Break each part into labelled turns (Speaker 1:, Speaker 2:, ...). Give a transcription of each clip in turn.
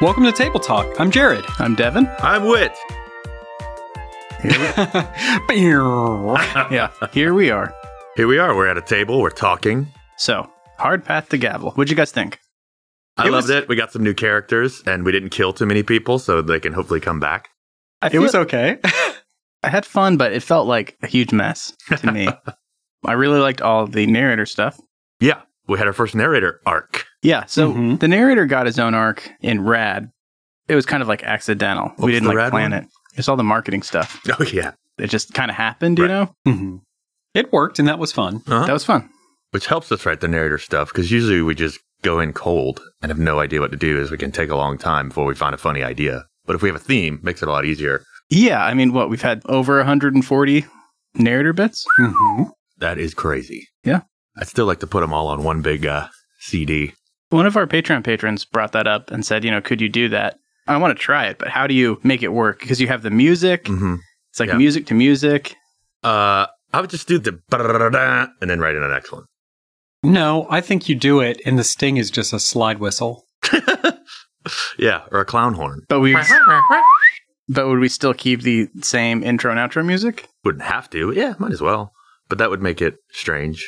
Speaker 1: Welcome to Table Talk. I'm Jared.
Speaker 2: I'm Devin.
Speaker 3: I'm Wit.
Speaker 2: Yeah, here we are.
Speaker 3: Here we are. We're at a table. We're talking.
Speaker 2: So, hard path to gavel. What'd you guys think?
Speaker 3: I
Speaker 1: It
Speaker 3: loved
Speaker 1: was-
Speaker 3: it. We got some new characters, and we didn't kill too many people, so they can hopefully come back.
Speaker 1: I
Speaker 2: It was
Speaker 1: feel- okay.
Speaker 2: I had fun, but it felt like a huge mess to me. I really liked all the narrator stuff.
Speaker 3: Yeah, we had our first narrator arc.
Speaker 2: Yeah, so
Speaker 3: Mm-hmm.
Speaker 1: Mhm.
Speaker 2: the narrator got his own arc in Rad. It was kind of like accidental. we
Speaker 3: was
Speaker 2: didn't
Speaker 3: the
Speaker 2: like
Speaker 3: Rad
Speaker 2: plan
Speaker 3: one?
Speaker 2: it. It's all the marketing stuff.
Speaker 3: Oh yeah,
Speaker 2: It just kind of happened, you
Speaker 3: Right.
Speaker 2: know?
Speaker 1: Mhm. It worked, and that was fun.
Speaker 2: That was fun.
Speaker 3: which helps us write the narrator stuff because usually we just go in cold and have no idea what to do. As we can take a long time before we find a funny idea. But if we have a theme, makes it a lot easier.
Speaker 2: Yeah, I mean, what? We've had over 140 narrator bits?
Speaker 1: Mhm.
Speaker 3: That is crazy.
Speaker 2: Yeah.
Speaker 3: I'd still like to put them all on one big uh, CD.
Speaker 2: One of our Patreon patrons brought that up and said, you know, could you do that? I want to try it, but how do you make it work? Because you have the music.
Speaker 3: Mm-hmm.
Speaker 2: It's like
Speaker 3: Yeah.
Speaker 2: music to music.
Speaker 3: Uh, I would just do the and then write in the next one.
Speaker 1: No, I think you do it, and the sting is just a slide whistle.
Speaker 3: Yeah, or a clown horn.
Speaker 2: But we But would we still keep the same intro and outro music?
Speaker 3: Wouldn't have to. Yeah, might as well. But that would make it strange.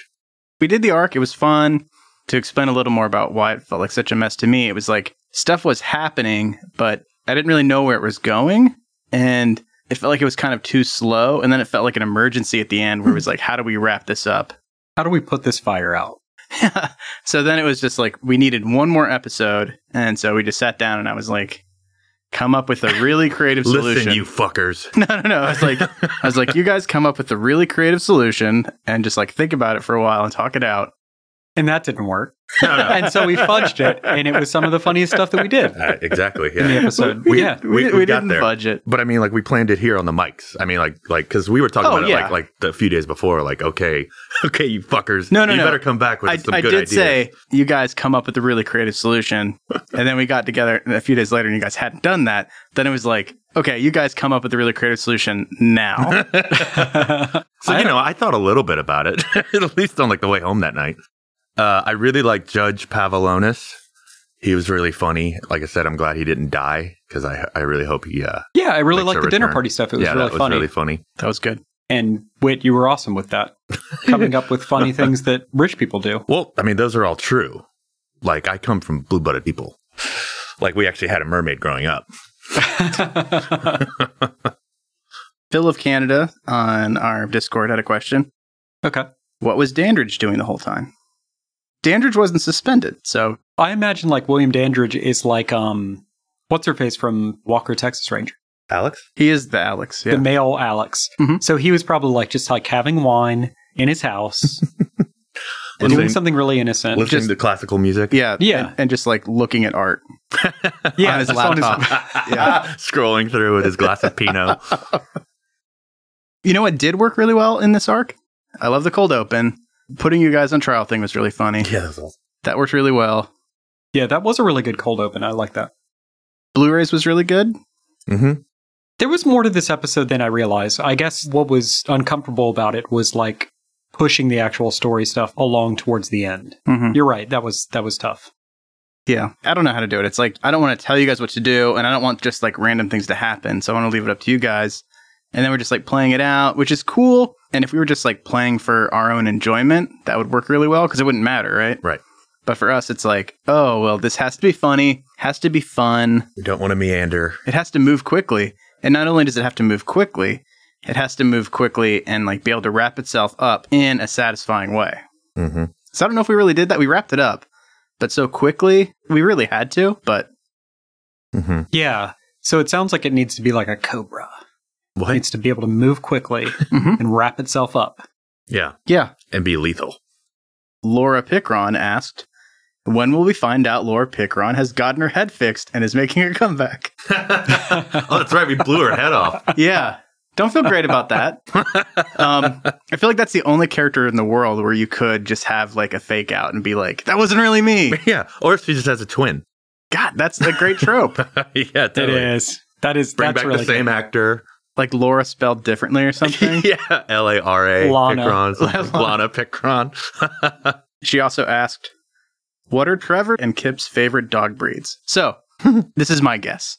Speaker 2: We did the arc, it was fun. To explain a little more about why it felt like such a mess to me, it was like stuff was happening, but I didn't really know where it was going. And it felt like it was kind of too slow. And then it felt like an emergency at the end where it was like, how do we wrap this up?
Speaker 1: How do we put this fire out?
Speaker 2: so then it was just like we needed one more episode, and so we just sat down and I was like, come up with a really creative solution.
Speaker 3: Listen, you fuckers.
Speaker 2: no, no, no. I was like, I was like, you guys come up with a really creative solution and just like think about it for a while and talk it out.
Speaker 1: And that didn't work.
Speaker 3: No, no.
Speaker 1: And so we fudged it, and it was some of the funniest stuff that we did
Speaker 3: Uh, exactly.
Speaker 1: in the
Speaker 3: Yeah.
Speaker 1: episode.
Speaker 3: We-
Speaker 1: yeah.
Speaker 2: We, we,
Speaker 3: we got
Speaker 2: didn't
Speaker 3: there.
Speaker 2: fudge it.
Speaker 3: But I mean, like we planned it here on the mics. I mean, like, like because we were talking
Speaker 2: Oh,
Speaker 3: about
Speaker 2: yeah.
Speaker 3: it like, like the few days before. Like, okay, okay, you fuckers.
Speaker 2: No, no,
Speaker 3: you
Speaker 2: no.
Speaker 3: better come back with
Speaker 2: I,
Speaker 3: some
Speaker 2: I
Speaker 3: good
Speaker 2: did
Speaker 3: ideas.
Speaker 2: say you guys come up with a really creative solution, and then we got together a few days later, and you guys hadn't done that. Then it was like, okay, you guys come up with a really creative solution now.
Speaker 3: So you know, I thought a little bit about it, at least on like the way home that night. Uh, I really like Judge Pavlonis. He was really funny. Like I said, I'm glad he didn't die because I I really hope he. Uh,
Speaker 1: yeah, I really
Speaker 3: Makes
Speaker 1: liked
Speaker 3: a
Speaker 1: the dinner
Speaker 3: return.
Speaker 1: party stuff. It was
Speaker 3: yeah,
Speaker 1: really
Speaker 3: that was
Speaker 1: funny.
Speaker 3: really funny.
Speaker 2: that was good.
Speaker 1: and Wit, you were awesome with that. Coming up with funny things that rich people do.
Speaker 3: Well, I mean, those are all true. Like I come from blue blooded people. Like we actually had a mermaid growing up.
Speaker 2: Phil of Canada on our Discord had a question.
Speaker 1: okay.
Speaker 2: What was Dandridge doing the whole time? Dandridge wasn't suspended, so
Speaker 1: I imagine like William Dandridge is like um what's her face from Walker Texas Ranger?
Speaker 3: Alex,
Speaker 2: he is the Alex. Yeah.
Speaker 1: The male Alex.
Speaker 2: Mhm.
Speaker 1: So he was probably like just like having wine in his house and doing
Speaker 3: Listening-
Speaker 1: something really innocent.
Speaker 3: listening
Speaker 2: just-
Speaker 3: to classical music.
Speaker 2: yeah,
Speaker 1: Yeah.
Speaker 2: and, and just like looking at art.
Speaker 1: yeah,
Speaker 2: on his
Speaker 1: just
Speaker 2: laptop.
Speaker 3: yeah, scrolling through with his glass of Pinot.
Speaker 2: You know what did work really well in this arc? I love the cold open. Putting you guys on trial thing was really funny.
Speaker 3: yeah, that was awesome.
Speaker 2: That worked really well.
Speaker 1: yeah, that was a really good cold open. I like that.
Speaker 2: Blu-rays was really good.
Speaker 3: hmm
Speaker 1: There was more to this episode than I realized. I guess what was uncomfortable about it was like pushing the actual story stuff along towards the end.
Speaker 2: Mm-hmm.
Speaker 1: You're right. That was that was tough.
Speaker 2: Yeah, I don't know how to do it. It's like I don't want to tell you guys what to do, and I don't want just like random things to happen. So I want to leave it up to you guys. And then we're just like playing it out, which is cool. And if we were just like playing for our own enjoyment, that would work really well because it wouldn't matter, right?
Speaker 3: Right.
Speaker 2: But for us, it's like, oh well, this has to be funny, has to be fun.
Speaker 3: We don't want to meander.
Speaker 2: It has to move quickly. And not only does it have to move quickly, it has to move quickly and like be able to wrap itself up in a satisfying way.
Speaker 3: Mm-hmm.
Speaker 2: So I don't know if we really did that. We wrapped it up, but so quickly we really had to. But
Speaker 3: Mm-hmm.
Speaker 1: Yeah. So it sounds like it needs to be like a cobra. It
Speaker 3: What?
Speaker 1: needs to be able to move quickly
Speaker 2: Mhm.
Speaker 1: and wrap itself up.
Speaker 3: Yeah,
Speaker 2: yeah,
Speaker 3: and be lethal.
Speaker 2: Laura Pickron asked, "When will we find out Laura Pickron has gotten her head fixed and is making her comeback?"
Speaker 3: oh, that's right. We blew her head off.
Speaker 2: yeah. Don't feel great about that. Um, I feel like that's the only character in the world where you could just have like a fake out and be like, "That wasn't really me."
Speaker 3: Yeah, or if she just has a twin.
Speaker 2: God, that's a great trope.
Speaker 3: yeah, totally.
Speaker 1: is. That is
Speaker 3: Bring
Speaker 1: that's
Speaker 3: back
Speaker 1: really
Speaker 3: the same
Speaker 1: good.
Speaker 3: actor.
Speaker 2: like Laura spelled differently or something.
Speaker 3: yeah, L A R A.
Speaker 1: Lana.
Speaker 3: Picron. something.
Speaker 2: Lana.
Speaker 3: Lana Picron.
Speaker 2: She also asked, "What are Trevor and Kip's favorite dog breeds?" So This is my guess.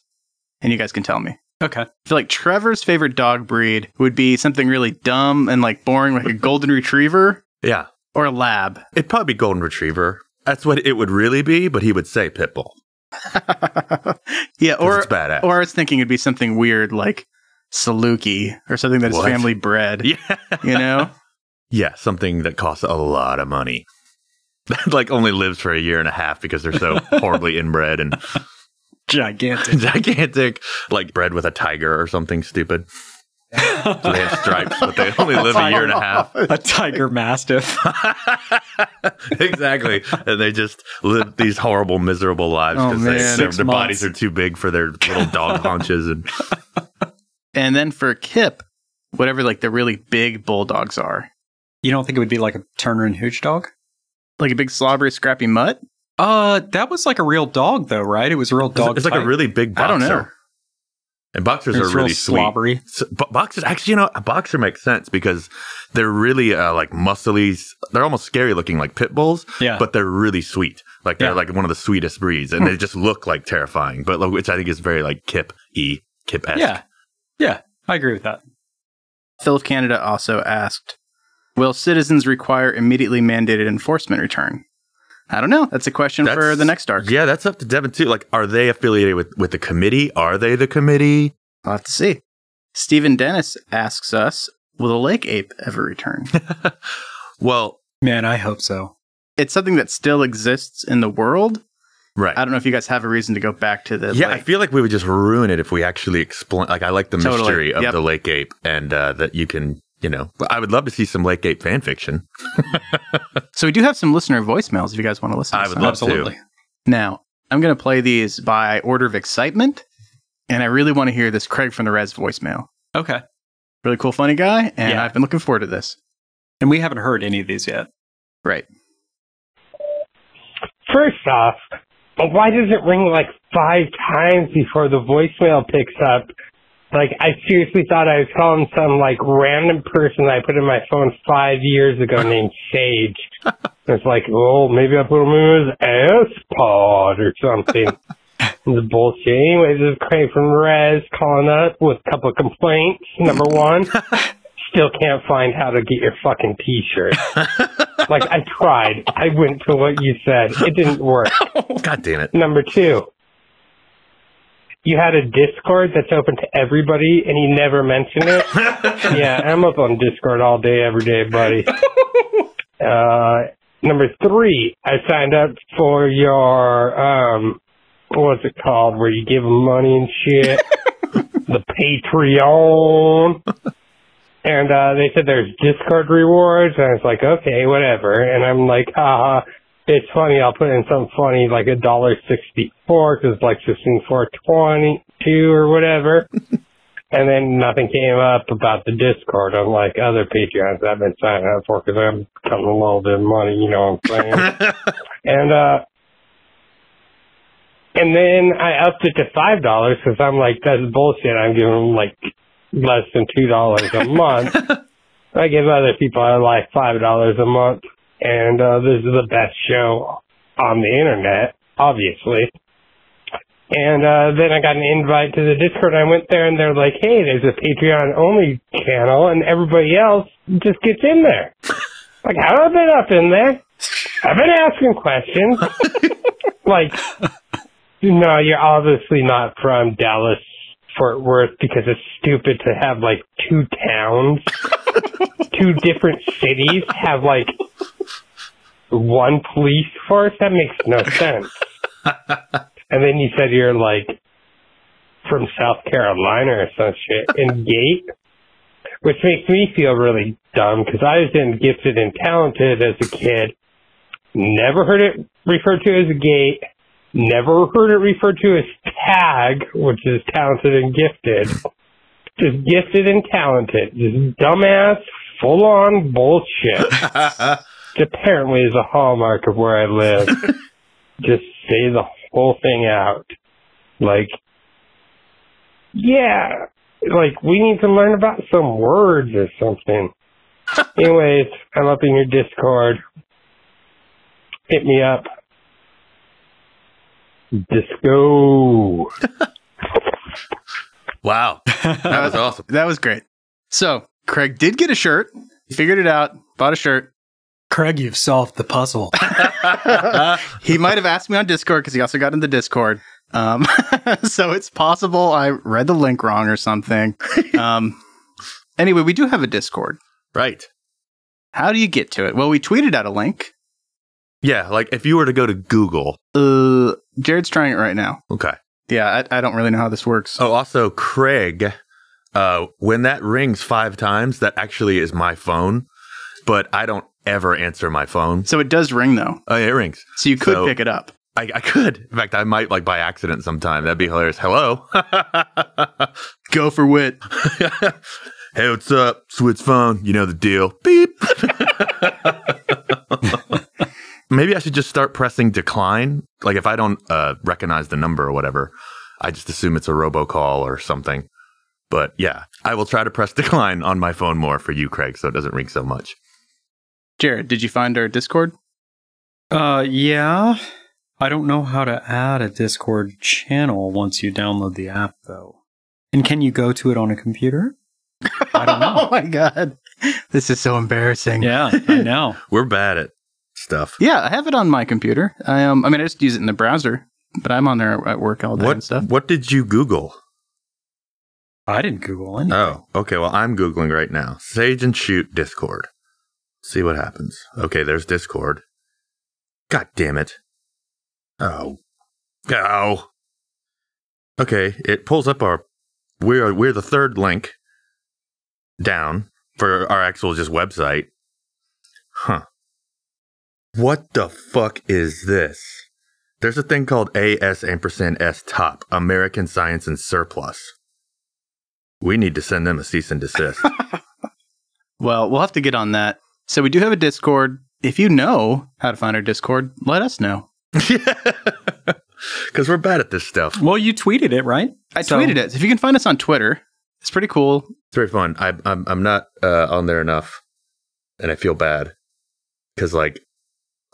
Speaker 2: And you guys can tell me.
Speaker 1: Okay.
Speaker 2: I feel like Trevor's favorite dog breed would be something really dumb and like boring, like a golden retriever
Speaker 3: Yeah.
Speaker 2: or a lab.
Speaker 3: It'd probably be Golden Retriever. That's what it would really be, but he would say Pitbull.
Speaker 2: yeah,
Speaker 3: 'cause
Speaker 2: or
Speaker 3: it's badass.
Speaker 2: or I was thinking it'd be something weird like Saluki or something that is
Speaker 3: What?
Speaker 2: family bred.
Speaker 3: yeah.
Speaker 2: You know?
Speaker 3: Yeah, something that costs a lot of money. That like only lives for a year and a half because they're so horribly inbred and
Speaker 1: Gigantic.
Speaker 3: gigantic, like bred with a tiger or something stupid. So they have stripes, but they only live a year and a half.
Speaker 1: a tiger mastiff.
Speaker 3: exactly. And they just live these horrible, miserable lives
Speaker 2: Oh,
Speaker 3: because
Speaker 2: man.
Speaker 3: their,
Speaker 1: Six
Speaker 3: their
Speaker 1: months.
Speaker 3: bodies are too big for their little dog haunches. And
Speaker 2: And then for Kip, whatever like the really big bulldogs are.
Speaker 1: You don't think it would be like a Turner and Hooch dog?
Speaker 2: Like a big slobbery scrappy mutt?
Speaker 1: Uh, that was like a real dog, though, right? It was a real
Speaker 3: it's,
Speaker 1: dog.
Speaker 3: it's like a
Speaker 1: type.
Speaker 3: really big boxer.
Speaker 2: I don't know.
Speaker 3: And boxers
Speaker 1: It's
Speaker 3: are
Speaker 1: real
Speaker 3: really sweet.
Speaker 1: slobbery.
Speaker 3: So, bo- boxers actually, you know, a boxer makes sense because they're really uh, like muscly. s- They're almost scary looking, like pit bulls,
Speaker 1: Yeah,
Speaker 3: but they're really sweet. Like they're
Speaker 1: Yeah.
Speaker 3: like one of the sweetest breeds, and they just look like terrifying. But like, which I think is very like Kip e Kip esque.
Speaker 1: yeah, yeah. I agree with that.
Speaker 2: Phil of Canada also asked, Will citizens require immediately mandated enforcement return? I don't know. That's a question for
Speaker 3: That's-
Speaker 2: the next arc.
Speaker 3: Yeah, that's up to Devin too. Like, are they affiliated with with the committee? Are they the committee?
Speaker 2: I'll have to see. Stephen Dennis asks us, Will the lake ape ever return?
Speaker 3: Well,
Speaker 1: Man, I hope so.
Speaker 2: it's something that still exists in the world.
Speaker 3: right.
Speaker 2: I don't know if you guys have a reason to go back to the
Speaker 3: yeah,
Speaker 2: lake.
Speaker 3: I feel like we would just ruin it if we actually explain. Like, I like the
Speaker 2: Totally.
Speaker 3: mystery of
Speaker 2: Yep.
Speaker 3: the lake ape, and uh, that you can, you know, I would love to see some lake ape fan fiction.
Speaker 2: so we do have some listener voicemails if you guys want to listen. to
Speaker 3: I would
Speaker 2: some.
Speaker 3: love to.
Speaker 1: Absolutely.
Speaker 2: Now, I'm going to play these by order of excitement, and I really want to hear this Craig from the Res voicemail.
Speaker 1: Okay.
Speaker 2: Really cool, funny guy, and
Speaker 1: Yeah.
Speaker 2: I've been looking forward to this.
Speaker 1: And we haven't heard any of these yet.
Speaker 2: Right.
Speaker 4: First off, why does it ring like five times before the voicemail picks up? Like, I seriously thought I was calling some like random person I put in my phone five years ago named Sage. it's like, oh, maybe I put him in his ass pod or something. It's bullshit. Anyways, this is Craig from Res calling up with a couple of complaints. Number one, still can't find how to get your fucking t-shirt. like, I tried. I went to what you said. It didn't work.
Speaker 3: God damn it!
Speaker 4: Number two, you had a Discord that's open to everybody, and you never mention it. yeah, I'm up on Discord all day, every day, buddy. Uh, number three, I signed up for your um, what's it called, where you give 'em money and shit, the Patreon. And uh, they said there's Discord rewards, and I was like, okay, whatever. And I'm like, "Ah, haha, it's funny. I'll put in something funny, like a dollar sixty-four, because like sixteen four twenty-two or whatever. and then nothing came up about the Discord, unlike other Patreons I've been signing up for, because I'm cutting a little bit of money. You know what I'm saying? and uh, and then I upped it to five dollars because I'm like, that's bullshit. I'm giving them like less than two dollars a month. I give other people I like five dollars a month, and uh, this is the best show on the internet, obviously. And uh, then I got an invite to the Discord. I went there, and they're like, "Hey, there's a Patreon only channel, and everybody else just gets in there." like, how have I been up in there? I've been asking questions. like, no, you're obviously not from Dallas, Fort Worth, because it's stupid to have like two towns, two different cities have like one police force. That makes no sense. and then you said you're like from South Carolina or some shit in Gate, which makes me feel really dumb because I was in gifted and talented as a kid. Never heard it referred to as a gate. Never heard it referred to as tag, which is talented and gifted. Just gifted and talented. Just dumbass, full on bullshit. Which apparently is a hallmark of where I live. Just say the whole thing out. Like, yeah, like we need to learn about some words or something. Anyways, I'm up in your Discord hit me up. Disco.
Speaker 3: Wow. That was awesome.
Speaker 2: That was great. So Craig did get a shirt, figured it out, bought a shirt.
Speaker 1: Craig, you've solved the puzzle.
Speaker 2: He might have asked me on Discord because he also got into Discord. Um, so it's possible I read the link wrong or something. Um, anyway, we do have a Discord.
Speaker 3: Right.
Speaker 2: How do you get to it? Well, we tweeted out a link.
Speaker 3: Yeah. Like if you were to go to Google.
Speaker 2: Uh, Jared's trying it right now.
Speaker 3: Okay.
Speaker 2: Yeah, I, I don't really know how this works.
Speaker 3: Oh, also Craig, uh, when that rings five times, that actually is my phone, but I don't ever answer my phone.
Speaker 2: So it does ring though.
Speaker 3: Uh, it rings.
Speaker 2: So you could
Speaker 3: So-
Speaker 2: pick it up.
Speaker 3: I, I could. In fact, I might like by accident sometime. That'd be hilarious. Hello.
Speaker 2: Go for wit.
Speaker 3: hey, what's up? Switch phone. You know the deal. Beep. Maybe I should just start pressing decline. Like if I don't uh, recognize the number or whatever, I just assume it's a robocall or something. But yeah, I will try to press decline on my phone more for you, Craig, so it doesn't ring so much.
Speaker 2: Jared, did you find our Discord?
Speaker 1: uh, yeah. I don't know how to add a Discord channel once you download the app, though. And can you go to it on a computer? I don't know.
Speaker 2: Oh, my god. This is so embarrassing. Yeah.
Speaker 1: yeah, I know.
Speaker 3: We're bad at stuff.
Speaker 2: I have it on my computer. I um I mean I just use it in the browser, but I'm on there at work all day and
Speaker 3: What
Speaker 2: stuff.
Speaker 3: What did you Google?
Speaker 1: I didn't Google anything.
Speaker 3: Oh, okay. Well, I'm Googling right now. Sage and Shoot Discord. See what happens. Okay, there's Discord. God damn it. Oh. Oh. Okay, it pulls up our we're we're the third link down for our actual just website. Huh. What the fuck is this? There's a thing called AS ampersand S top, American Science and Surplus. We need to send them a cease and desist.
Speaker 2: Well, we'll have to get on that. So we do have a Discord. If you know how to find our Discord, let us know.
Speaker 3: Because we're bad at this stuff.
Speaker 1: Well, you tweeted it, right?
Speaker 2: I
Speaker 1: So-
Speaker 2: tweeted it. If you can find us on Twitter, it's pretty cool.
Speaker 3: It's very fun. I, I'm I'm not uh, on there enough, and I feel bad because like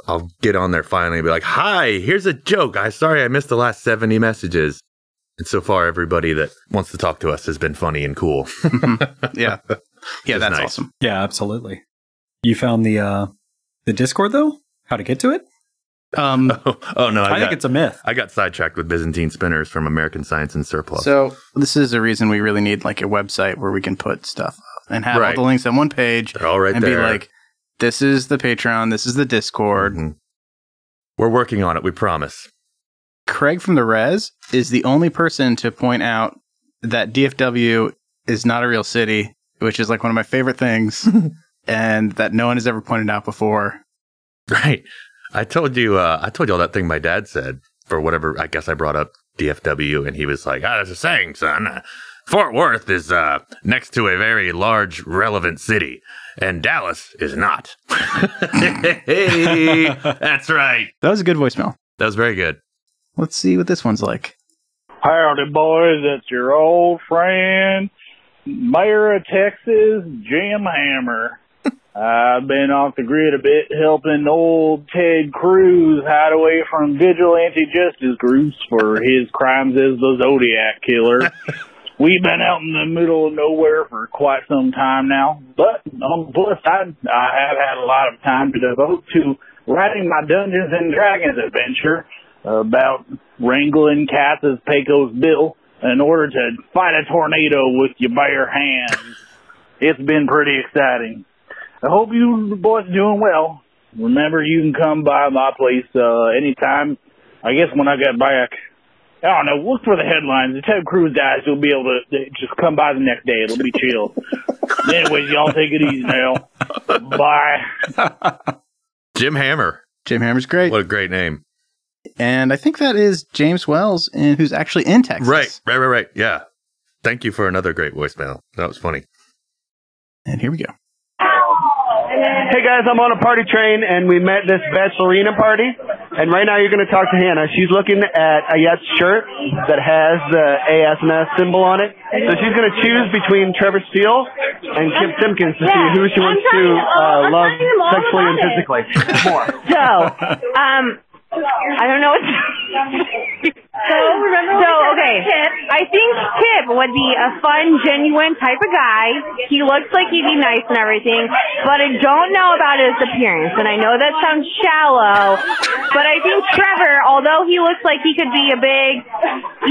Speaker 3: I'll get on there finally and be like, "Hi, here's a joke. I sorry I missed the last seventy messages." And so far, everybody that wants to talk to us has been funny and cool.
Speaker 2: Yeah. yeah,
Speaker 3: Just
Speaker 2: that's
Speaker 3: nice.
Speaker 2: awesome.
Speaker 1: Yeah, absolutely. You found the uh the Discord though? How to get to it?
Speaker 2: Um
Speaker 3: oh, oh, no, I,
Speaker 1: I,
Speaker 3: got,
Speaker 1: think it's a myth.
Speaker 3: I got sidetracked with Byzantine spinners from American Science and Surplus.
Speaker 2: So this is the reason we really need like a website where we can put stuff up and have
Speaker 3: Right.
Speaker 2: all the links on one page
Speaker 3: They're all right
Speaker 2: and
Speaker 3: there.
Speaker 2: be like, this is the Patreon, this is the Discord.
Speaker 3: Mhm. we're working on it. We promise.
Speaker 2: Craig from the Res is the only person to point out that DFW is not a real city, which is like one of my favorite things, and that no one has ever pointed out before.
Speaker 3: Right. I told you, uh, I told you all that thing my dad said for whatever, I guess I brought up DFW and he was like, ah, that's a saying, son. Uh, Fort Worth is uh, next to a very large, relevant city, and Dallas is not. hey, that's right.
Speaker 2: That was a good voicemail.
Speaker 3: That was very good.
Speaker 2: Let's see what this one's like.
Speaker 5: Howdy, boys. It's your old friend, Mayor of Texas, Jim Hammer. I've been off the grid a bit helping old Ted Cruz hide away from vigilante justice groups for his crimes as the Zodiac Killer. We've been out in the middle of nowhere for quite some time now, but on the plus side, I have had a lot of time to devote to writing my Dungeons and Dragons adventure about wrangling cats as Pecos Bill in order to fight a tornado with your bare hands. It's been pretty exciting. I hope you boys are doing well. Remember, you can come by my place uh, anytime. I guess when I get back, I don't know. Look for the headlines. If Ted Cruz dies, you'll be able to to just come by the next day. It'll be chill. Anyways, y'all take it easy now. Bye.
Speaker 3: Jim Hammer.
Speaker 2: Jim Hammer's great.
Speaker 3: What a great name.
Speaker 2: And I think that is James Wells, and who's actually in Texas.
Speaker 3: Right, right, right, right. Yeah. Thank you for another great voicemail. That was funny.
Speaker 2: And here we go.
Speaker 6: Hey guys, I'm on a party train and we met this bachelorina party. And right now you're going to talk to Hannah. She's looking at Ayette's shirt that has the ASMS symbol on it. So she's going to choose between Trevor Steele and Kip Simpkins to see who she
Speaker 7: I'm
Speaker 6: wants to
Speaker 7: telling you all-
Speaker 6: uh,
Speaker 7: I'm
Speaker 6: love
Speaker 7: telling you all
Speaker 6: sexually and
Speaker 7: about it.
Speaker 6: physically more.
Speaker 7: So, um, I don't know what. so
Speaker 8: remember
Speaker 7: So
Speaker 8: we said
Speaker 7: okay,
Speaker 8: Kip.
Speaker 7: I think Kip would be a fun, genuine type of guy. He looks like he'd be nice and everything, but I don't know about his appearance. And I know that sounds shallow, but I think Trevor, although he looks like he could be a big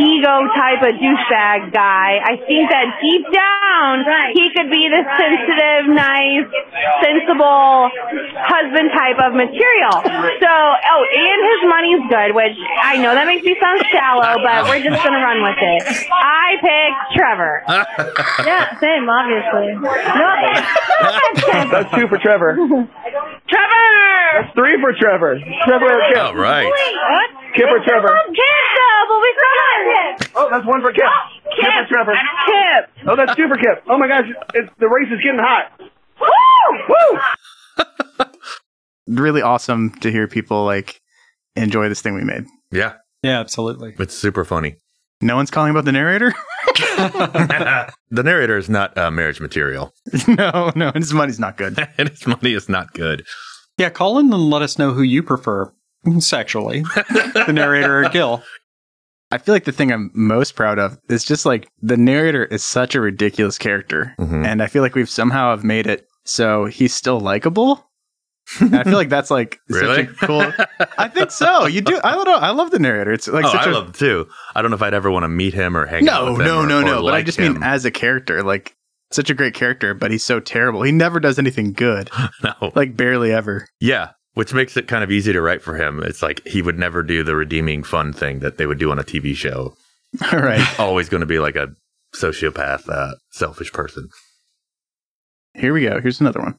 Speaker 7: ego type of douchebag guy, I think that deep down he could be the sensitive, nice, sensible husband type of material. So, oh, and his money's good, which I know that makes me sound shallow, but we're just gonna run with it. I pick Trevor.
Speaker 8: Yeah, same, obviously. No offense.
Speaker 6: That's two for Trevor.
Speaker 7: Trevor!
Speaker 6: Three for Trevor. Trevor or Kip?
Speaker 3: All right.
Speaker 7: What?
Speaker 6: Kip or Trevor?
Speaker 7: Kip though, but we still got Kip.
Speaker 6: Oh, that's one for Kip. Kip or Trevor?
Speaker 7: Kip.
Speaker 6: Oh, that's two for Kip. Oh my gosh, it's, the race is getting hot.
Speaker 7: Woo!
Speaker 6: Woo!
Speaker 2: Really awesome to hear people like enjoy this thing we made.
Speaker 3: Yeah,
Speaker 1: Yeah, absolutely.
Speaker 3: it's super funny.
Speaker 2: No one's calling about the narrator?
Speaker 3: the narrator is not uh, marriage material,
Speaker 2: no, no, his money's not good.
Speaker 3: and his money is not good.
Speaker 1: Yeah, call in and let us know who you prefer sexually, the narrator or Gil.
Speaker 2: I feel like the thing I'm most proud of is just like the narrator is such a ridiculous character.
Speaker 3: Mhm.
Speaker 2: And I feel like we've somehow have made it so he's still likable. And I feel like that's like
Speaker 3: Really?
Speaker 2: such a cool I think so. You do I don't know. I love the narrator. It's like
Speaker 3: oh,
Speaker 2: such
Speaker 3: I
Speaker 2: a
Speaker 3: love him too. I don't know if I'd ever want to meet him or hang out
Speaker 2: No,
Speaker 3: with him.
Speaker 2: no,
Speaker 3: or-
Speaker 2: no,
Speaker 3: or
Speaker 2: no. But I
Speaker 3: like
Speaker 2: just
Speaker 3: him.
Speaker 2: mean as a character, like such a great character, but he's so terrible. He never does anything good.
Speaker 3: no.
Speaker 2: Like barely ever.
Speaker 3: Yeah, which makes it kind of easy to write for him. It's like he would never do the redeeming fun thing that they would do on a TV show.
Speaker 2: All right.
Speaker 3: Always going to be like a sociopath, uh, selfish person.
Speaker 2: Here we go. Here's another one.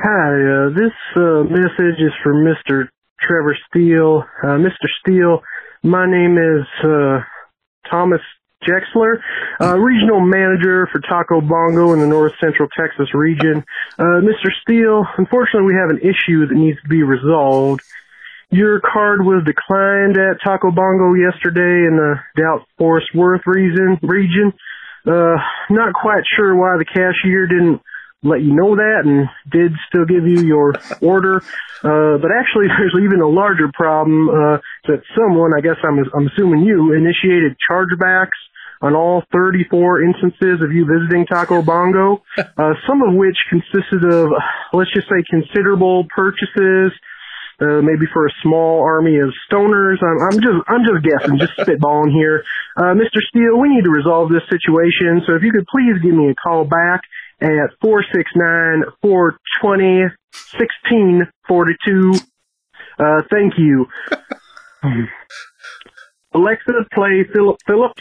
Speaker 9: Hi, uh, this uh, message is for Mr. Trevor Steele. Uh, Mr. Steele, my name is uh, Thomas Jexler, uh, regional manager for Taco Bongo in the North Central Texas region. Uh, Mr. Steele, unfortunately, we have an issue that needs to be resolved. Your card was declined at Taco Bongo yesterday in the Dallas Forest Worth reason, region. Uh, not quite sure why the cashier didn't let you know that and did still give you your order. Uh, but actually, there's even a larger problem uh, that someone, I guess I'm, I'm assuming you, initiated chargebacks on all 34 instances of you visiting Taco Bongo, uh, some of which consisted of, uh, let's just say, considerable purchases. Uh, maybe for a small army of stoners. I'm, I'm just, I'm just guessing, just spitballing here. Uh, Mr. Steele, we need to resolve this situation. So if you could please give me a call back at 469-420-1642. Uh, thank you. Alexa, play Philip. Philip.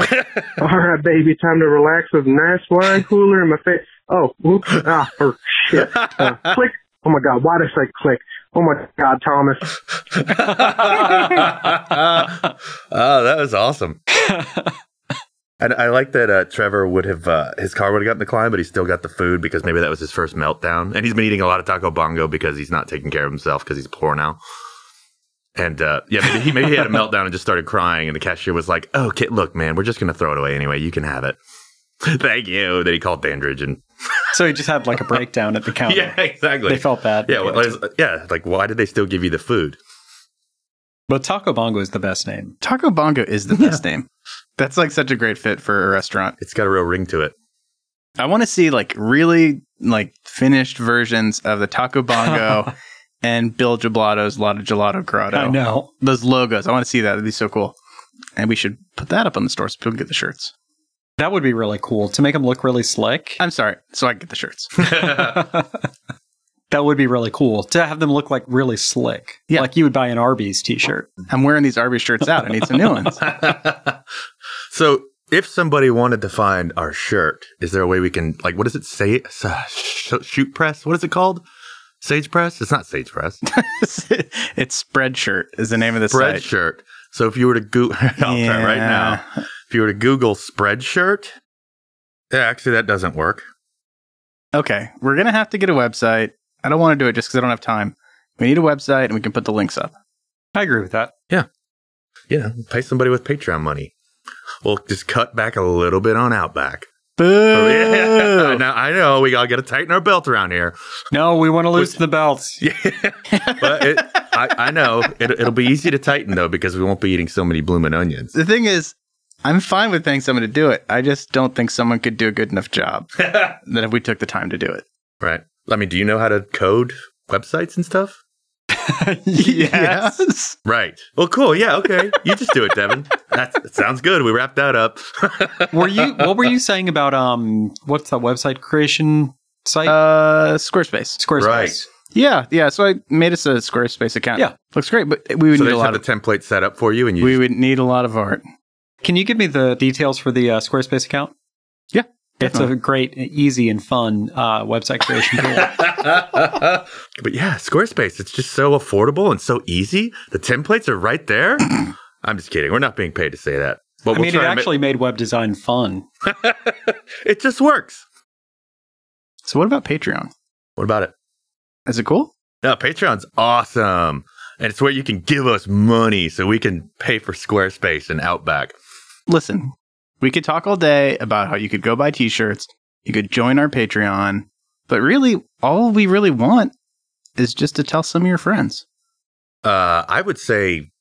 Speaker 9: All right, baby, time to relax with a nice wine cooler in my face. Oh, whoops. Ah, for shit. Uh, click. Oh my God, why did I say click? Oh my God, Thomas.
Speaker 3: oh, that was awesome. and I like that uh, Trevor would have uh, his car would have gotten declined, but he still got the food because maybe that was his first meltdown. And he's been eating a lot of Taco Bongo because he's not taking care of himself because he's poor now. And uh, yeah, maybe he maybe he had a meltdown and just started crying, and the cashier was like, "Oh, kid, look, man, we're just gonna throw it away anyway. You can have it. Thank you." Then he called Dandridge, and
Speaker 1: So he just had like a breakdown at the counter.
Speaker 3: yeah, exactly.
Speaker 1: Oh, They felt bad.
Speaker 3: yeah, well, it's- yeah, like why did they still give you the food?
Speaker 1: But Taco Bongo is the best name.
Speaker 2: Taco Bongo is the best name. That's like such a great fit for a restaurant.
Speaker 3: It's got a real ring to it.
Speaker 2: I want to see like really like finished versions of the Taco Bongo and Bill Gelato's Lot of Gelato Grotto.
Speaker 1: I know.
Speaker 2: Those logos. I want to see that. That'd be so cool. And we should put that up on the store so people can get the shirts.
Speaker 1: That would be really cool to make him look really slick.
Speaker 2: I'm sorry. So I can get the shirts.
Speaker 1: Uh. That would be really cool to have them look like really slick.
Speaker 2: Yeah.
Speaker 1: Like you would buy an Arby's t shirt.
Speaker 2: I'm wearing these Arby's shirts out. I need some new ones.
Speaker 3: so if somebody wanted to find our shirt, is there a way we can like what does it say? S- uh, sh- shoot press? What is it called? Sage press? It's not sage press.
Speaker 2: it's Spreadshirt is the name of the
Speaker 3: Spread
Speaker 2: site.
Speaker 3: shirt. So if you were to Google, I'll try right now.
Speaker 2: Yeah.
Speaker 3: If you were to Google spread shirt, yeah, actually that doesn't work.
Speaker 2: Okay, we're gonna have to get a website. I don't want to do it just because I don't have time. We need a website, and we can put the links up.
Speaker 1: I agree with that.
Speaker 3: You know, pay somebody with Patreon money. We'll just cut back a little bit on Outback. Yeah, now, I know we gotta get to tighten our belt around here,
Speaker 1: No, we want to loosen the belts.
Speaker 3: but it, I, I know it, it'll be easy to tighten though because we won't be eating so many blooming onions.
Speaker 2: The thing is, I'm fine with paying someone to do it. I just don't think someone could do a good enough job that if we took the time to do it.
Speaker 3: Right? I mean, do you know how to code websites and stuff?
Speaker 2: Yes.
Speaker 3: Right. Well, cool. Yeah. Okay. You just do it, Devin. That's, that sounds good. We wrap that up.
Speaker 1: Were you? What were you saying about um? What's that website creation site?
Speaker 2: Uh, Squarespace.
Speaker 1: Squarespace.
Speaker 3: right.
Speaker 2: Yeah, yeah. So I made us a Squarespace account.
Speaker 1: Yeah.
Speaker 2: looks great, but we would
Speaker 3: So they
Speaker 2: need a
Speaker 3: just
Speaker 2: lot
Speaker 3: have
Speaker 2: of
Speaker 3: the template set up for you, and you
Speaker 2: we would need a lot of art.
Speaker 1: Can you give me the details for the uh, Squarespace account?
Speaker 2: Yeah,
Speaker 1: It's a great, easy, and fun uh, website creation tool.
Speaker 3: But yeah, Squarespace, it's just so affordable and so easy. The templates are right there. I'm just kidding. We're not being paid to say that.
Speaker 1: I
Speaker 3: But we'll
Speaker 1: mean, it
Speaker 3: try to ma-
Speaker 1: actually made web design fun.
Speaker 3: it just works.
Speaker 2: So what about Patreon?
Speaker 3: What about it?
Speaker 2: Is it cool?
Speaker 3: No, Patreon's awesome. And it's where you can give us money so we can pay for Squarespace and Outback.
Speaker 2: Listen, we could talk all day about how you could go buy T-shirts, you could join our Patreon, but really, all we really want is just to tell some of your friends.
Speaker 3: Uh, I would say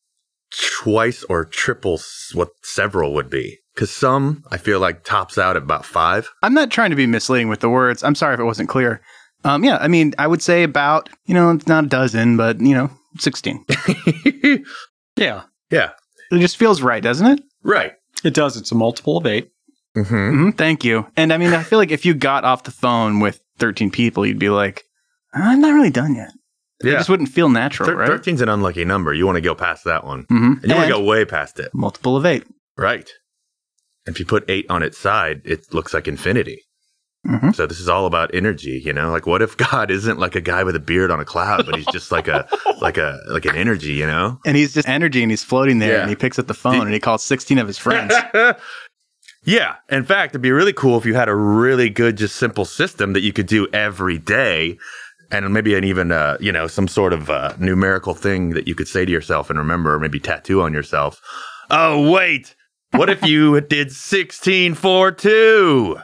Speaker 3: twice or triple s- what several would be. Because some, I feel like, tops out at about five.
Speaker 2: I'm not trying to be misleading with the words. I'm sorry if it wasn't clear. Um, yeah, I mean, I would say about you know, it's not a dozen, but you know, sixteen.
Speaker 1: Yeah,
Speaker 3: Yeah.
Speaker 2: it just feels right, doesn't it?
Speaker 3: Right.
Speaker 1: it does. It's a multiple of eight.
Speaker 3: Mm-hmm.
Speaker 2: hmm thank you. And I mean, I feel like if you got off the phone with 13 people, you'd be like, I'm not really done yet. It
Speaker 3: Yeah.
Speaker 2: just wouldn't feel natural,
Speaker 3: Thir-
Speaker 2: right?
Speaker 3: 13's an unlucky number. You want to go past that one.
Speaker 2: hmm
Speaker 3: And you want to go way past it.
Speaker 2: multiple of 8
Speaker 3: Right. If you put eight on its side, it looks like infinity.
Speaker 2: Mhm.
Speaker 3: So this is all about energy, you know. Like, what if God isn't like a guy with a beard on a cloud, but he's just like a like a like an energy, you know?
Speaker 2: And he's just energy and he's floating there
Speaker 3: Yeah.
Speaker 2: and he picks up the phone
Speaker 3: Did-
Speaker 2: and he calls 16 of his friends.
Speaker 3: yeah. In fact, it'd be really cool if you had a really good, just simple system that you could do every day, and maybe an even uh, you know some sort of uh, numerical thing that you could say to yourself and remember, or maybe tattoo on yourself. Oh wait, what if you did sixteen for two?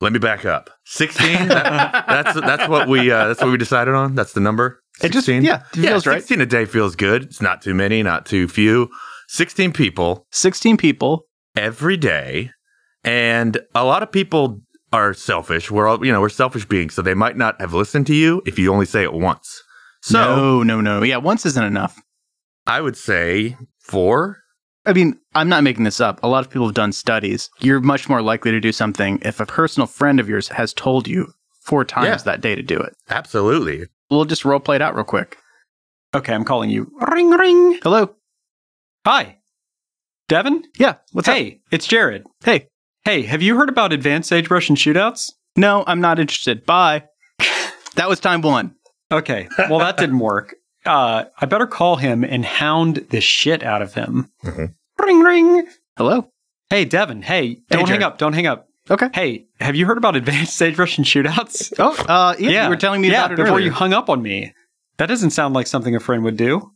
Speaker 3: Let me back up. Sixteen. that's that's what we uh, that's what we decided on. That's the number.
Speaker 2: It just-
Speaker 3: 16?
Speaker 2: yeah, it feels right.
Speaker 3: Sixteen a day feels good. It's not too many, not too few. Sixteen people
Speaker 2: 16 people.
Speaker 3: every day and a lot of people are selfish we're all you know we're selfish beings so they might not have listened to you if you only say it once
Speaker 2: no,
Speaker 3: so
Speaker 2: no, no. Yeah, once isn't enough.
Speaker 3: i would say four
Speaker 2: I mean, I'm not making this up. A lot of people have done studies. You're much more likely to do something if a personal friend of yours has told you four times
Speaker 3: Yeah.
Speaker 2: that day to do it.
Speaker 3: absolutely
Speaker 2: We'll just role play it out real quick.
Speaker 1: Okay, I'm calling you. Ring, ring.
Speaker 2: Hello.
Speaker 1: Hi, Devin.
Speaker 2: Yeah. What's up?
Speaker 1: hey, it's Jared.
Speaker 2: Hey.
Speaker 1: Hey, have you heard about advanced sage Russian shootouts?
Speaker 2: No, I'm not interested. Bye. that was time one.
Speaker 1: Okay, well that didn't work. Uh, I better call him and hound the shit out of him.
Speaker 3: Mhm.
Speaker 1: Ring, ring.
Speaker 2: Hello.
Speaker 1: Hey, Devin. Hey, don't hang
Speaker 2: Jared.
Speaker 1: up. Don't hang up.
Speaker 2: Okay.
Speaker 1: Hey, have you heard about advanced sage Russian shootouts?
Speaker 2: Oh, uh, yeah, You were telling me
Speaker 1: yeah,
Speaker 2: about it
Speaker 1: before
Speaker 2: earlier.
Speaker 1: you hung up on me. That doesn't sound like something a friend would do.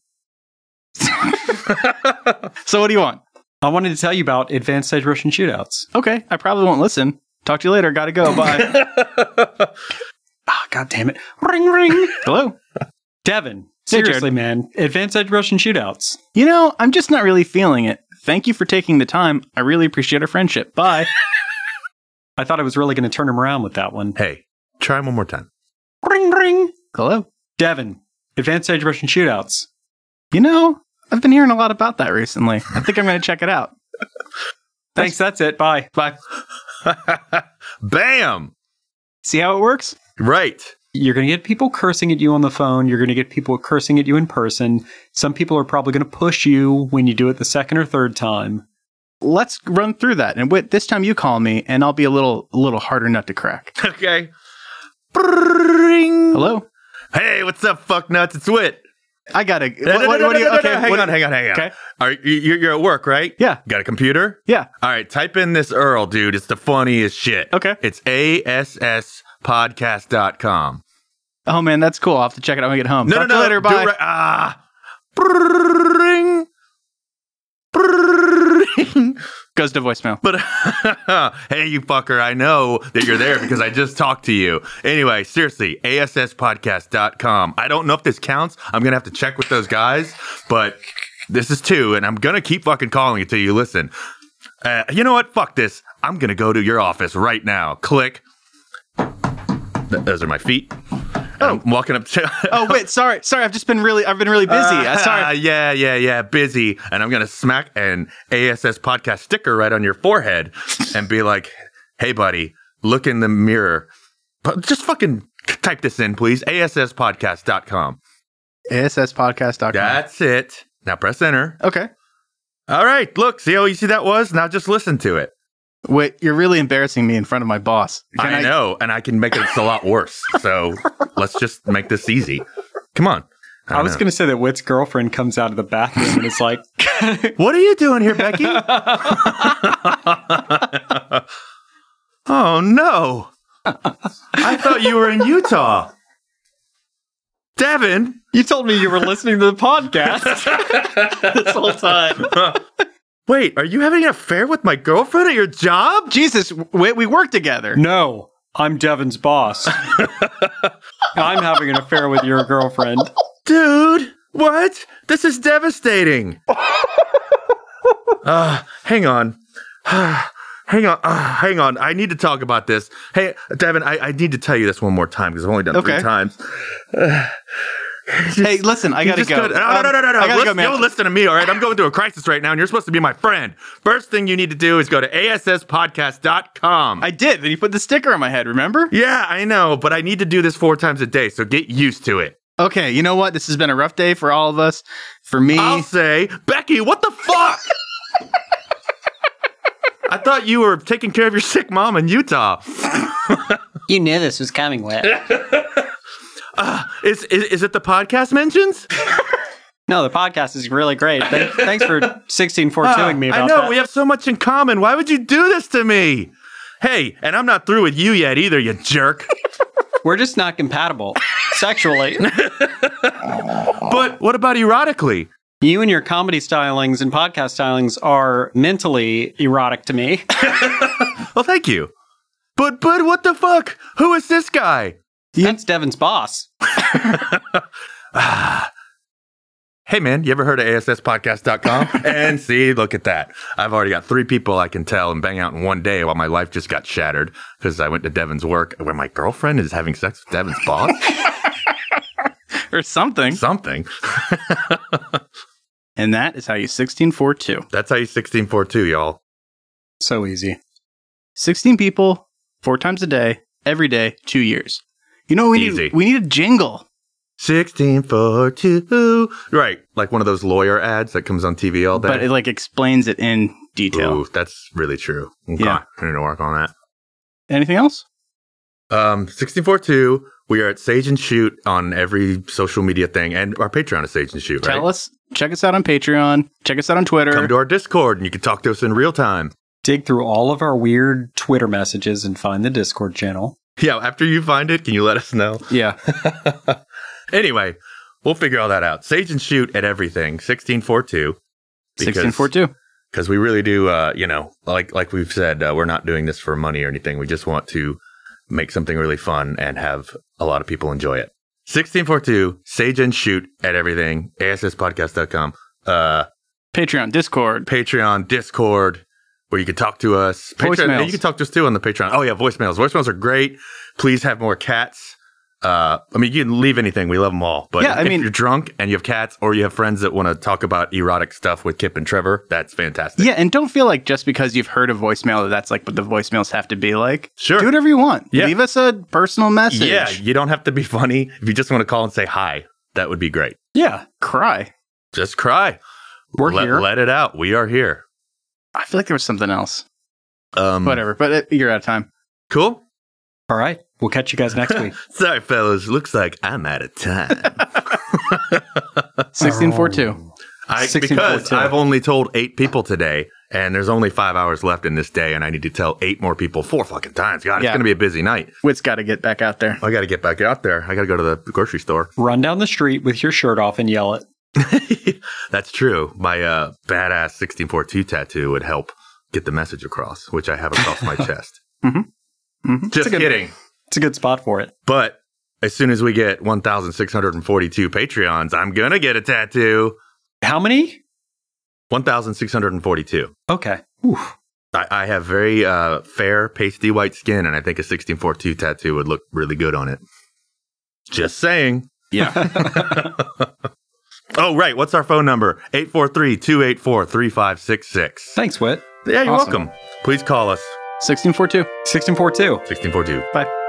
Speaker 2: so what do you want?
Speaker 1: I wanted to tell you about advanced sage Russian shootouts.
Speaker 2: Okay, I probably won't listen. Talk to you later. Gotta go. Bye.
Speaker 1: Ah, god damn it. Ring ring.
Speaker 2: Hello.
Speaker 1: Devin,
Speaker 2: Hey, Jared.
Speaker 1: seriously, man. Advanced Edge Russian shootouts.
Speaker 2: You know, I'm just not really feeling it. Thank you for taking the time. I really appreciate our friendship. Bye.
Speaker 1: I thought I was really gonna turn him around with that one.
Speaker 3: hey try one more time
Speaker 1: Ring ring.
Speaker 2: Hello.
Speaker 1: Devin, Advanced Edge Russian shootouts.
Speaker 2: You know, I've been hearing a lot about that recently. I think I'm gonna check it out.
Speaker 1: Thanks, that's it. Bye.
Speaker 2: Bye.
Speaker 3: bam
Speaker 2: See how it works?
Speaker 3: right
Speaker 1: You're gonna get people cursing at you on the phone. You're gonna get people cursing at you in person. Some people are probably gonna push you when you do it the second or third time.
Speaker 2: Let's run through that. And wait, this time you call me, and I'll be a little, a little harder nut to crack.
Speaker 3: okay Bring.
Speaker 2: Hello.
Speaker 3: hey what's up fuck nuts it's wit
Speaker 2: I gotta. What,
Speaker 3: No, no,
Speaker 2: what-
Speaker 3: no,
Speaker 2: what
Speaker 3: no,
Speaker 2: do you?
Speaker 3: no, no,
Speaker 2: okay,
Speaker 3: no, hang
Speaker 2: what-
Speaker 3: on hang on hang on
Speaker 2: Okay.
Speaker 3: All right, you- you're, you're at work right
Speaker 2: Yeah.
Speaker 3: got a computer
Speaker 2: Yeah.
Speaker 3: All right, type in this URL, dude. It's the funniest shit.
Speaker 2: Okay.
Speaker 3: It's ASSpodcast.com.
Speaker 2: Oh man, that's cool. I'll have to check it out when I get home.
Speaker 3: No,
Speaker 2: Talk
Speaker 3: no,
Speaker 2: to
Speaker 3: no.
Speaker 2: you later.
Speaker 3: do it
Speaker 2: Bye.
Speaker 3: right- Ah. Brrrring. Brrrring. anything.
Speaker 2: Goes to voicemail.
Speaker 3: But hey, you fucker, I know that you're there because I just talked to you. Anyway, seriously, ASSpodcast.com. I don't know if this counts. I'm going to have to check with those guys, but this is two, and I'm going to keep fucking calling until you listen. Uh, you know what? Fuck this. I'm going to go to your office right now. Click. Th- Those are my feet. Oh. I'm walking up to.
Speaker 2: Oh wait, sorry, sorry. I've just been really, I've been really busy. Uh,
Speaker 3: Uh,
Speaker 2: sorry.
Speaker 3: yeah, yeah, yeah. Busy. And I'm going to smack an ASS podcast sticker right on your forehead and be like, hey, buddy, look in the mirror. Pu- Just fucking type this in, please. ASSpodcast.com.
Speaker 2: ASSpodcast.com.
Speaker 3: That's it. Now press enter.
Speaker 2: Okay.
Speaker 3: All right. Look, see how easy that was? Now just listen to it.
Speaker 2: Wait, you're really embarrassing me in front of my boss. Can
Speaker 3: I, know, and I can make it a lot worse. So let's just make this easy. Come on.
Speaker 1: I was
Speaker 3: know.
Speaker 1: going to say that Whit's girlfriend comes out of the bathroom and it's like,
Speaker 3: What are you doing here, Becky? oh no. I thought you were in Utah. Devin,
Speaker 1: You told me you were listening to the podcast this whole time.
Speaker 3: wait, are you having an affair with my girlfriend at your job?
Speaker 2: Jesus, we, we work together.
Speaker 1: No, I'm Devin's boss. I'm having an affair with your girlfriend.
Speaker 3: Dude, what? This is devastating. uh, hang on. hang on. Uh, hang on. I need to talk about this. Hey, Devin, I, I need to tell you this one more time because I've only done
Speaker 2: Okay.
Speaker 3: three times.
Speaker 2: hey, listen, I
Speaker 3: You
Speaker 2: gotta
Speaker 3: just
Speaker 2: go. Um,
Speaker 3: gotta- No, no, no, no, no.
Speaker 2: I gotta
Speaker 3: listen,
Speaker 2: go, man.
Speaker 3: Don't listen to me, all right? I'm going through a crisis right now, and you're supposed to be my friend. First thing you need to do is go to ASSpodcast.com.
Speaker 2: I did. Then you put the sticker on my head. Remember?
Speaker 3: yeah, I know, but I need to do this four times a day, so get used to it.
Speaker 2: Okay. You know what? This has been a rough day for all of us. For me,
Speaker 3: I'll say, Becky, what the fuck? I thought you were taking care of your sick mom in Utah.
Speaker 10: You knew this was coming, Whit.
Speaker 3: Is, is is it the podcast mentions?
Speaker 1: No, the podcast is really great. Thank- Thanks for 1642ing me about
Speaker 3: Ah, I know
Speaker 1: that.
Speaker 3: we have so much in common. Why would you do this to me? Hey, and I'm not through with you yet either, you jerk.
Speaker 1: We're just not compatible sexually.
Speaker 3: But what about erotically?
Speaker 1: You and your comedy stylings and podcast stylings are mentally erotic to me.
Speaker 3: Well, thank you. But but what the fuck? Who is this guy?
Speaker 1: That's Devin's boss.
Speaker 3: Hey man, you ever heard of ASSpodcast.com? and see, look at that. I've already got three people I can tell and bang out in one day while my life just got shattered because I went to Devin's work where my girlfriend is having sex with Devin's boss.
Speaker 2: or something.
Speaker 3: Something.
Speaker 2: And that is how you 164-2.
Speaker 3: That's how you 1642, y'all.
Speaker 1: So easy.
Speaker 2: 16 people, four times a day, every day, two years. You know, we
Speaker 3: Easy.
Speaker 2: need we need a jingle.
Speaker 3: 1642. Right. Like one of those lawyer ads that comes on TV all day.
Speaker 2: But it like explains it in detail.
Speaker 3: Ooh, that's really true. Okay.
Speaker 2: Yeah.
Speaker 3: I need to work on that.
Speaker 2: Anything else?
Speaker 3: Um, 164.2. We are at Sage and Shoot on every social media thing, and our Patreon is Sage and Shoot,
Speaker 2: Tell
Speaker 3: right?
Speaker 2: us. Check us out on Patreon. Check us out on Twitter.
Speaker 3: Come to our Discord, and you can talk to us in real time.
Speaker 1: Dig through all of our weird Twitter messages and find the Discord channel.
Speaker 3: Yeah, after you find it, can you let us know?
Speaker 2: yeah.
Speaker 3: Anyway, we'll figure all that out. Sage and Shoot at everything, 1642.
Speaker 2: 1642.
Speaker 3: Because we really do, uh, you know, like like we've said, uh, we're not doing this for money or anything. We just want to make something really fun and have a lot of people enjoy it. 1642, Sage and Shoot at everything, ASSpodcast.com. Uh,
Speaker 2: Patreon, Discord.
Speaker 3: Patreon, Discord, where you can talk to us. Patreon,
Speaker 2: Voicemails.
Speaker 3: you can talk to us too on the Patreon. Oh yeah, voicemails. Voicemails are great. Please have more cats. Uh, I mean, you can leave anything. We love them all. But
Speaker 2: Yeah, I
Speaker 3: if
Speaker 2: mean-
Speaker 3: you're drunk and you have cats, or you have friends that want to talk about erotic stuff with Kip and Trevor, that's fantastic.
Speaker 2: Yeah, and don't feel like just because you've heard a voicemail that that's like what the voicemails have to be like.
Speaker 3: Sure.
Speaker 2: Do whatever you want.
Speaker 3: Yeah.
Speaker 2: Leave us a personal message.
Speaker 3: Yeah, you don't have to be funny. If you just want to call and say hi, that would be great.
Speaker 1: Yeah,
Speaker 2: Cry.
Speaker 3: Just cry.
Speaker 1: we're
Speaker 3: let,
Speaker 1: here.
Speaker 3: let it out. We are here.
Speaker 2: I feel like there was something else.
Speaker 3: Um,
Speaker 2: Whatever. But it, you're out of time.
Speaker 3: Cool.
Speaker 1: all right. We'll catch you guys next week.
Speaker 3: Sorry, fellas. Looks like I'm out of time.
Speaker 2: 1642.
Speaker 3: I,
Speaker 1: 16
Speaker 3: because
Speaker 1: fourteen.
Speaker 3: I've only told eight people today, and there's only five hours left in this day, and I need to tell eight more people four fucking times. God, it's
Speaker 2: Yeah.
Speaker 3: gonna be a busy night.
Speaker 2: Wit's got to get back out there.
Speaker 3: I gotta get back out there. I gotta go to the grocery store.
Speaker 1: Run down the street with your shirt off and yell it.
Speaker 3: That's true. My uh, badass 164 tattoo would help get the message across, which I have across my chest. Just kidding.
Speaker 1: It's a good spot for it.
Speaker 3: But as soon as we get 1,642 Patreons, I'm going to get a tattoo.
Speaker 1: How many?
Speaker 3: 1,642.
Speaker 1: Okay.
Speaker 3: I, I have very uh, fair, pasty white skin, and I think a 1642 tattoo would look really good on it. Just saying.
Speaker 2: Yeah.
Speaker 3: oh, right. What's our phone number? 843 284 3566.
Speaker 1: Thanks, Whit.
Speaker 3: Yeah, you're
Speaker 1: Awesome.
Speaker 3: welcome. Please call us.
Speaker 2: 1642.
Speaker 1: 1642.
Speaker 3: 1642.
Speaker 2: Bye.